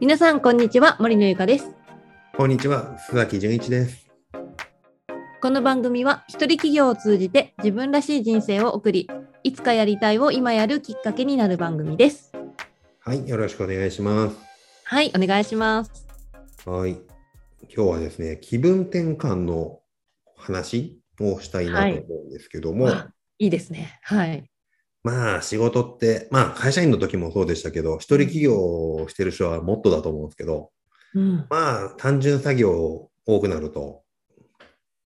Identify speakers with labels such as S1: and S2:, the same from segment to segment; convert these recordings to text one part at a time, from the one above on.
S1: 皆さんこんにちは森のゆかです
S2: こんにちは、須崎純一です。
S1: この番組は一人企業を通じて自分らしい人生を送りいつかやりたいを今やるきっかけになる番組です
S2: はい、よろしくお願いしま
S1: はいお願いします
S2: す。はい。今日はですね、気分転換の話をしたいな
S1: はい
S2: と思うんですけども、
S1: わいいですねはい
S2: まあ仕事って、まあ会社員の時もそうでしたけど、一人企業をしてる人はもっとだと思うんですけど、
S1: うん
S2: まあ単純作業多くなると、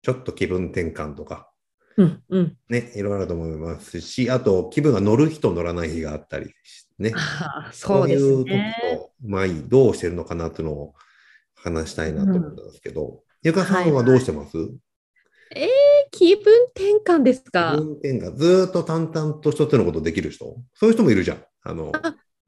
S2: ちょっと気分転換とか、
S1: うんうん
S2: ね、いろいろあると思いますし、あと気分が乗る日と乗らない日があったりしね。
S1: あーそうですね
S2: こういう時と、まあ、どうしてるのかなっていうのを話したいなと思ったんですけど、ゆかさんはどうしてます、
S1: 気分転換ですか
S2: 運転がずーっと淡々と一つのことできる人そういう人もいるじゃん。あの、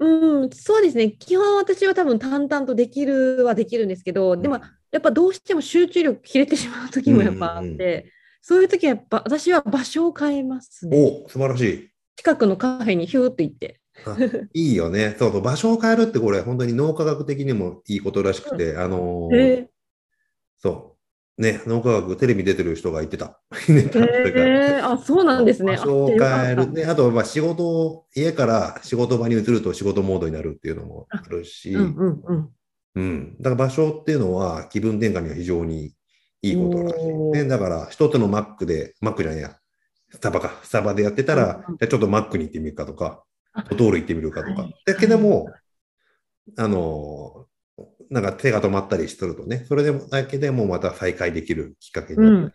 S1: うんそうですね基本私は多分淡々とできるはできるんですけどでもやっぱどうしても集中力切れてしまう時もやっぱあって、
S2: うんうんうん
S1: そういう時はやっぱ私は場所を変えますね。
S2: お、素晴らしい。
S1: 近くのカフェにヒューって行って。
S2: あいいよね。そうそう、場所を変えるってこれ、本当に脳科学的にもいいことらしくて、あのー
S1: へ
S2: そう。ね、脳科学、テレビ出てる人が言ってた。言ってたっていうか
S1: えあそうなんですね。
S2: 場所を変え
S1: あ
S2: る。ね、あと、まあ、仕事を、家から仕事場に移ると仕事モードになるっていうのもあるし、
S1: うんうんうん。
S2: うん。だから場所っていうのは気分転換には非常にいいことらしい。
S1: おー
S2: ね、だから一つのマックで、マックじゃないや、スタバか、スタバでやってたら、
S1: うんうん
S2: じゃあちょっとマックに行ってみるかとか
S1: あ、
S2: ドトール行ってみるかとか。
S1: はい
S2: だけども、あのーなんか手が止まったりするとね、それでもだけでもまた再開できるきっかけに
S1: う
S2: なる
S1: ん。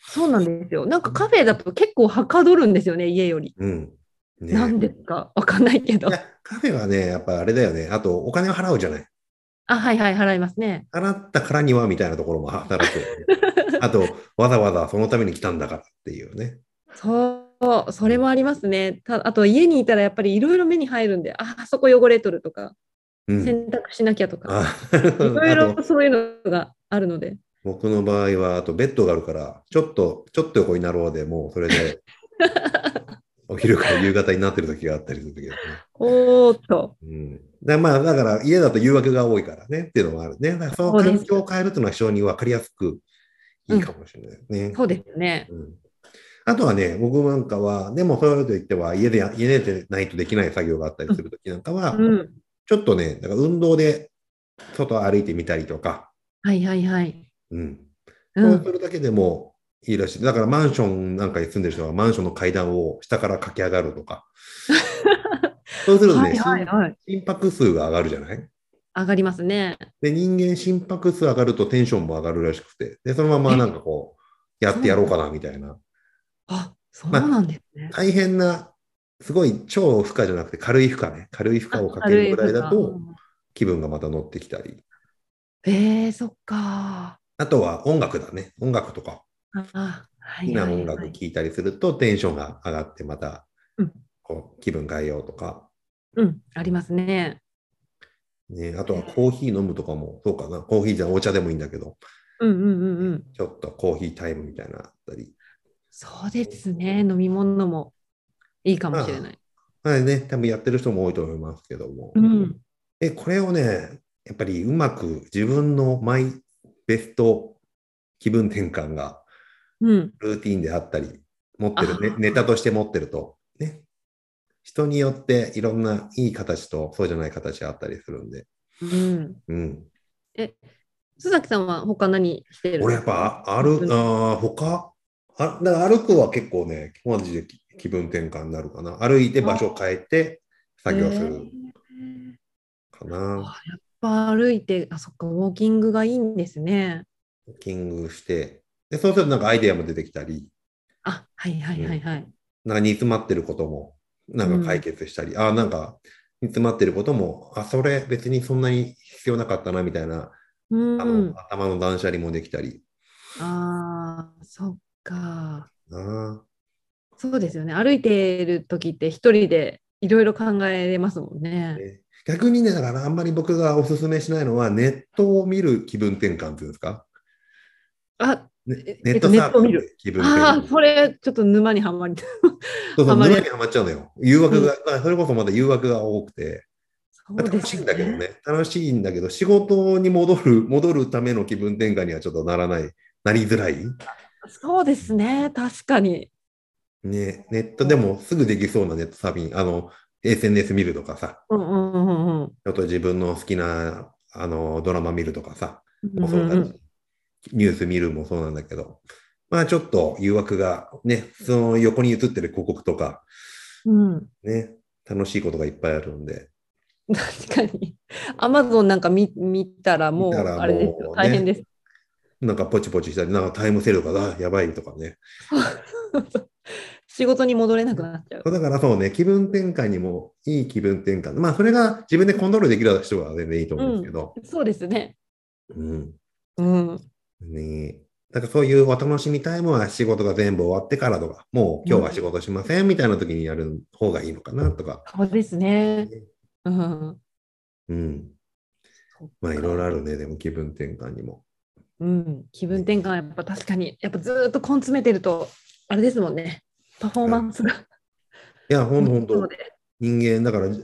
S1: そうなんですよ。なんかカフェだと結構はかどるんですよね、家より。
S2: うん。ね
S1: なんですかわかんないけど
S2: い。や、カフェはね、やっぱあれだよね。あと、お金を払うじゃない。
S1: あ、はいはい、払いますね。
S2: 払ったからには、みたいなところも働くよ ね。あと、わざわざそのために来たんだからっていうね。
S1: そう、それもありますね。たあと家にいたらやっぱりいろいろ目に入るんで、あ、あそこ汚れとるとか、
S2: うん。
S1: 洗濯しなきゃとか、
S2: あ
S1: いろい
S2: あ
S1: ろ
S2: と、
S1: そういうのがあるので。
S2: 僕の場合は、あと、ベッドがあるから、ちょっと、ちょっと横になろうでもう、そ れで、お昼から夕方になってる時があったりするけどね。
S1: おーっと。
S2: うん。だまあ、だから、家だと誘惑が多いからねっていうのもあるね。だからその
S1: そうです
S2: 環境を変えるっていうのは非常に分かりやすくいいかもしれないですね。
S1: そうですよね。
S2: うんあとはね、僕なんかは、でもそういうと言っては、家でや、家でないとできない作業があったりするときなんかは、
S1: うん。
S2: ちょっとね、だから運動で外歩いてみたりとか、
S1: はいはいはい。
S2: うん。
S1: う
S2: そうす
S1: ん。
S2: るだけでもいいらしい。だからマンションなんかに住んでる人は、マンションの階段を下から駆け上がる とか。そうすると
S1: は
S2: ね、
S1: いはいはい。
S2: 心心拍数が上がるじゃない
S1: 上がりますね。
S2: で、人間心拍数上がるとテンションも上がるらしくて、で、そのままなんかこう、やってやろうかなみたいな。
S1: あ、そうなんですね。
S2: 大変な、すごい超負荷じゃなくて軽い負荷ね。軽い負荷をかけるぐらいだと気分がまた乗ってきたり。
S1: ええー、そっか。
S2: あとは音楽だね。音楽とか。
S1: あ、は
S2: 好き
S1: い
S2: な
S1: はい
S2: 音
S1: は
S2: 楽
S1: い。
S2: 聴いたりするとテンションが上がってまた
S1: うん
S2: こう気分変えようとか。
S1: うん、ありますね。
S2: ね、あとはコーヒー飲むとかもそうかな。コーヒーじゃお茶でもいいんだけど、
S1: うんうんうんうん。
S2: ちょっとコーヒータイムみたいなのあったり。
S1: そうですね。飲み物もいいかもしれない。
S2: はいね、多分やってる人も多いと思いますけども。
S1: うん。
S2: で、これをね、やっぱりうまく自分のマイベスト気分転換が
S1: うん。
S2: ルーティンであったり、持ってる、
S1: あ
S2: ね、
S1: ー
S2: ネタとして持ってると、ね。人によっていろんないい形とそうじゃない形があったりするんで。
S1: うん。
S2: うん。
S1: 須崎さんは他何してる
S2: 俺やっぱあ歩、
S1: うん
S2: あー他あだから歩くは結構ね、マジで気分転換になるかな。歩いて場所変えて作業す
S1: え
S2: る
S1: ー
S2: かな。
S1: あやっぱ歩いて、あ、そっか、ウォーキングがいいんですね。
S2: ウォーキングして。で、そうするとなんかアイデアも出てきたり、
S1: あ、はいはいはいはい。
S2: なんか煮詰まってることもなんか解決したり、ああ、なんか煮詰まってることも、あ、それ別にそんなに必要なかったなみたいな
S1: うん。
S2: あの、頭の断捨離もできたり
S1: ああ、そっか。
S2: な
S1: そうですよね。歩いてる時って一人でいろいろ考えれますもん
S2: あ、
S1: ね。
S2: ね逆にね、だからあんまり僕がおすすめしないのは、ネットを見る気分転換っていうんですか、
S1: あ、
S2: ね
S1: え
S2: ネ
S1: っ
S2: ッ
S1: と
S2: ト
S1: ネ
S2: サー
S1: ットを
S2: フ
S1: 見
S2: ィン
S1: る
S2: で気分転
S1: ああ、
S2: 換。
S1: それちょっと沼にはまり。
S2: そうそ
S1: は
S2: う、
S1: まる
S2: 沼にはまっちゃうのよ。誘惑が、だからそれこそまだ誘惑が多くて、
S1: そうで
S2: 楽しい
S1: す
S2: んだけど
S1: ね。
S2: ね。楽しいんだけど、仕事に戻る、戻るための気分転換にはちょっとならない、なりづらい。
S1: そうですね。確かに。
S2: ね、ネットでもすぐできそうなネットサーフィン、あの、SNS 見るとかさ、
S1: うんうんうんうん。
S2: ちょっと自分の好きな、あの、ドラマ見るとかさ、も
S1: う
S2: そうん
S1: う
S2: だし
S1: ん
S2: ニュース見るもそうなんだけど、まあちょっと誘惑が、ね、その横に映ってる広告とか、
S1: うんうん。
S2: ね、楽しいことがいっぱいあるんで、
S1: 確かに。アマゾンなんか見見たらもう
S2: 見たらもうね
S1: あれですよ。大変です。
S2: なんかポチポチしたり、なんかタイムセールとか、あ、やばいとかね。
S1: 仕事に戻れなくなっちゃう。
S2: そうだからそうね、気分転換にもいい気分転換。まあそれが自分でコントロールできる人は全然いいと思うんですけど、
S1: そうですね。
S2: うん。
S1: うん。
S2: ねだからそういうお楽しみタイムは仕事が全部終わってからとか、もう今日は仕事しませんみたいな時にやる方がいいのかなとか、
S1: そうですね。うん。
S2: うん。まあいろいろあるね、でも気分転換にも。
S1: うん、気分転換はやっぱ確かにやっぱずーっと根詰めてるとあれですもんねパフォーマンスが。
S2: いや、ほんとほん
S1: そう
S2: と、
S1: で
S2: 人間、だからが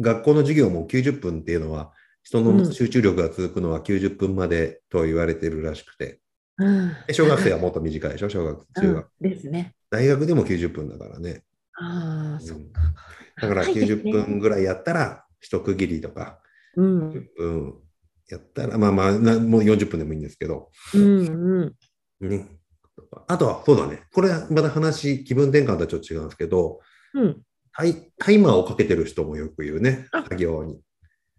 S2: 学校の授業も90分っていうのは、人
S1: うん
S2: の集中力が続くのは90分までと言われてるらしくて、
S1: うん
S2: で小学生はもっと短いでしょ、小学、中
S1: う
S2: 学
S1: ん。、ですね。
S2: 大学でも90分だからね。
S1: ああ、そっか。
S2: だから
S1: 長いです
S2: 90
S1: ね
S2: 分ぐらいやったら、一区切りとか、
S1: うん、
S2: 10分やったら、まあまあ、なもう40分でもいいんですけど、
S1: うん、うん。
S2: ね。あとは、そうだね。これ、また話、気分転換とはちょっと違うんですけど、
S1: うん、
S2: タイタイマーをかけてる人もよく言うね、
S1: あ
S2: 作業に。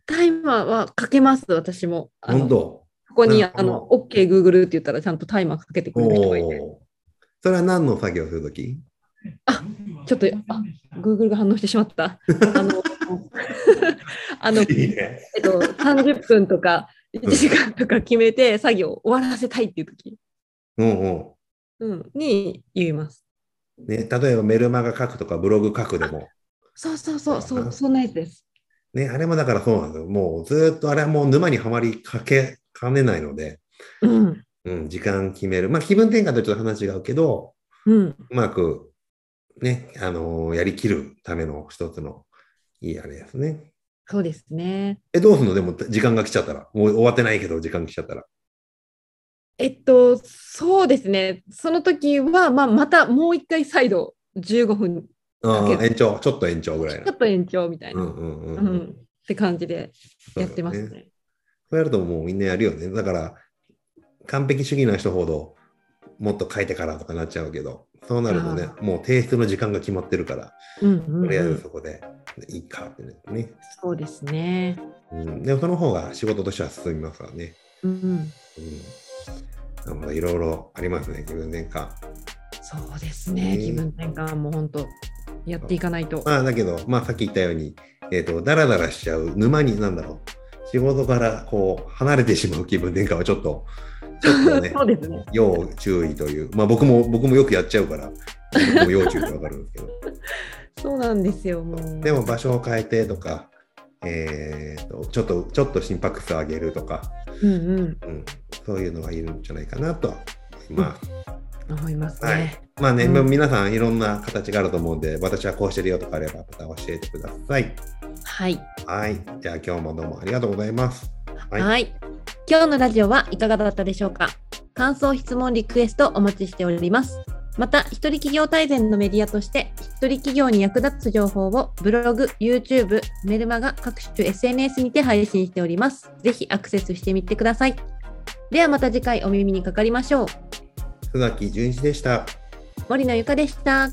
S1: タイマーはかけます、私も。あの
S2: 本当
S1: ここに
S2: なんか
S1: あの
S2: も
S1: OK、Google って言ったらちゃんとタイマーかけてくれる人がいて、
S2: おーそれは何の作業をするとき
S1: ちょっとあ Google が反応してしまった。 あの あの
S2: いいね。
S1: えっと、30分とか1時間とか決めて作業を終わらせたいっていう時、
S2: うんうん。
S1: うん、に言います。
S2: ね、例えばメルマガ書くとかブログ書くでも、
S1: そうそうそう、そ
S2: あ
S1: うそんなやつです。
S2: ね、あれもだからそうなんですよ。もうずーっとあれはもう沼にはまりかけかねないので、
S1: うん。
S2: うん、時間決める。まあ気分転換とちょっと話が合うけど、
S1: うん。
S2: うまく、ね、あのーやりきるための一つのいいあれですね。
S1: そうですね。
S2: え、どうすんのでも時間が来ちゃったら。もう終わってないけど、時間来ちゃったら。
S1: えっと、そうですね。その時は、まあ、またもう一回再度15分、
S2: あ
S1: かけ
S2: ー延長、ちょっと延長ぐらい
S1: ちょ
S2: な
S1: っ。と延長みたいうな、
S2: んうんうん
S1: う
S2: うんん。
S1: って感じで
S2: そうだ
S1: や
S2: よ
S1: ってますね。
S2: ね。そうやるともうみんなやるよね。だから、完璧主義な人ほど、もっと書いてからとかなっちゃうけど、そうなるとね
S1: あ、
S2: もう提出の時間が決まってるから、
S1: うんうん
S2: と
S1: うん
S2: りあえずそこで、いいかってね。
S1: そうですね。
S2: うん、でもその方が仕事としては進みますからね。
S1: うん。
S2: うん。なので、いろいろありますね、気分転換。
S1: そうですね。
S2: ね
S1: 気分転換も本当、やっていかないと。
S2: まあ、だけど、まあ、さっき言ったように、えっ、と、だらだらしちゃう、沼に、なんだろう、仕事からこう、離れてしまう気分転換はちょっと、ちょっとね、
S1: そうですね。
S2: 要注意という、まあ、僕も、僕もよくやっちゃうから、僕も要注意ってわかるんですけ ど、
S1: そうなんですよ。もう。
S2: でも場所を変えてとか、えっ、と、ちょっと、ちょっと心拍数上げるとか、
S1: うんうん。
S2: うん、そういうのがいるんじゃないかなとはま
S1: 思います
S2: あ、はい
S1: ね。。
S2: まあね、
S1: うん
S2: まあ皆さんいろんな形があると思うんで、私はこうしてるよとかあれば、また教えてください。
S1: はい。
S2: はい。じゃあ今日もどうもありがとうございます。はい
S1: はい。今日のラジオはいかがだったでしょうか感想、質問、リクエストお待ちしております。また、一人企業大全のメディアとして、一人企業に役立つ情報をブログ、YouTube、メルマガ、各種 SNS にて配信しております。ぜひアクセスしてみてください。ではまた次回お耳にかかりましょう。
S2: 須崎純一でした。
S1: 森野ゆかでした。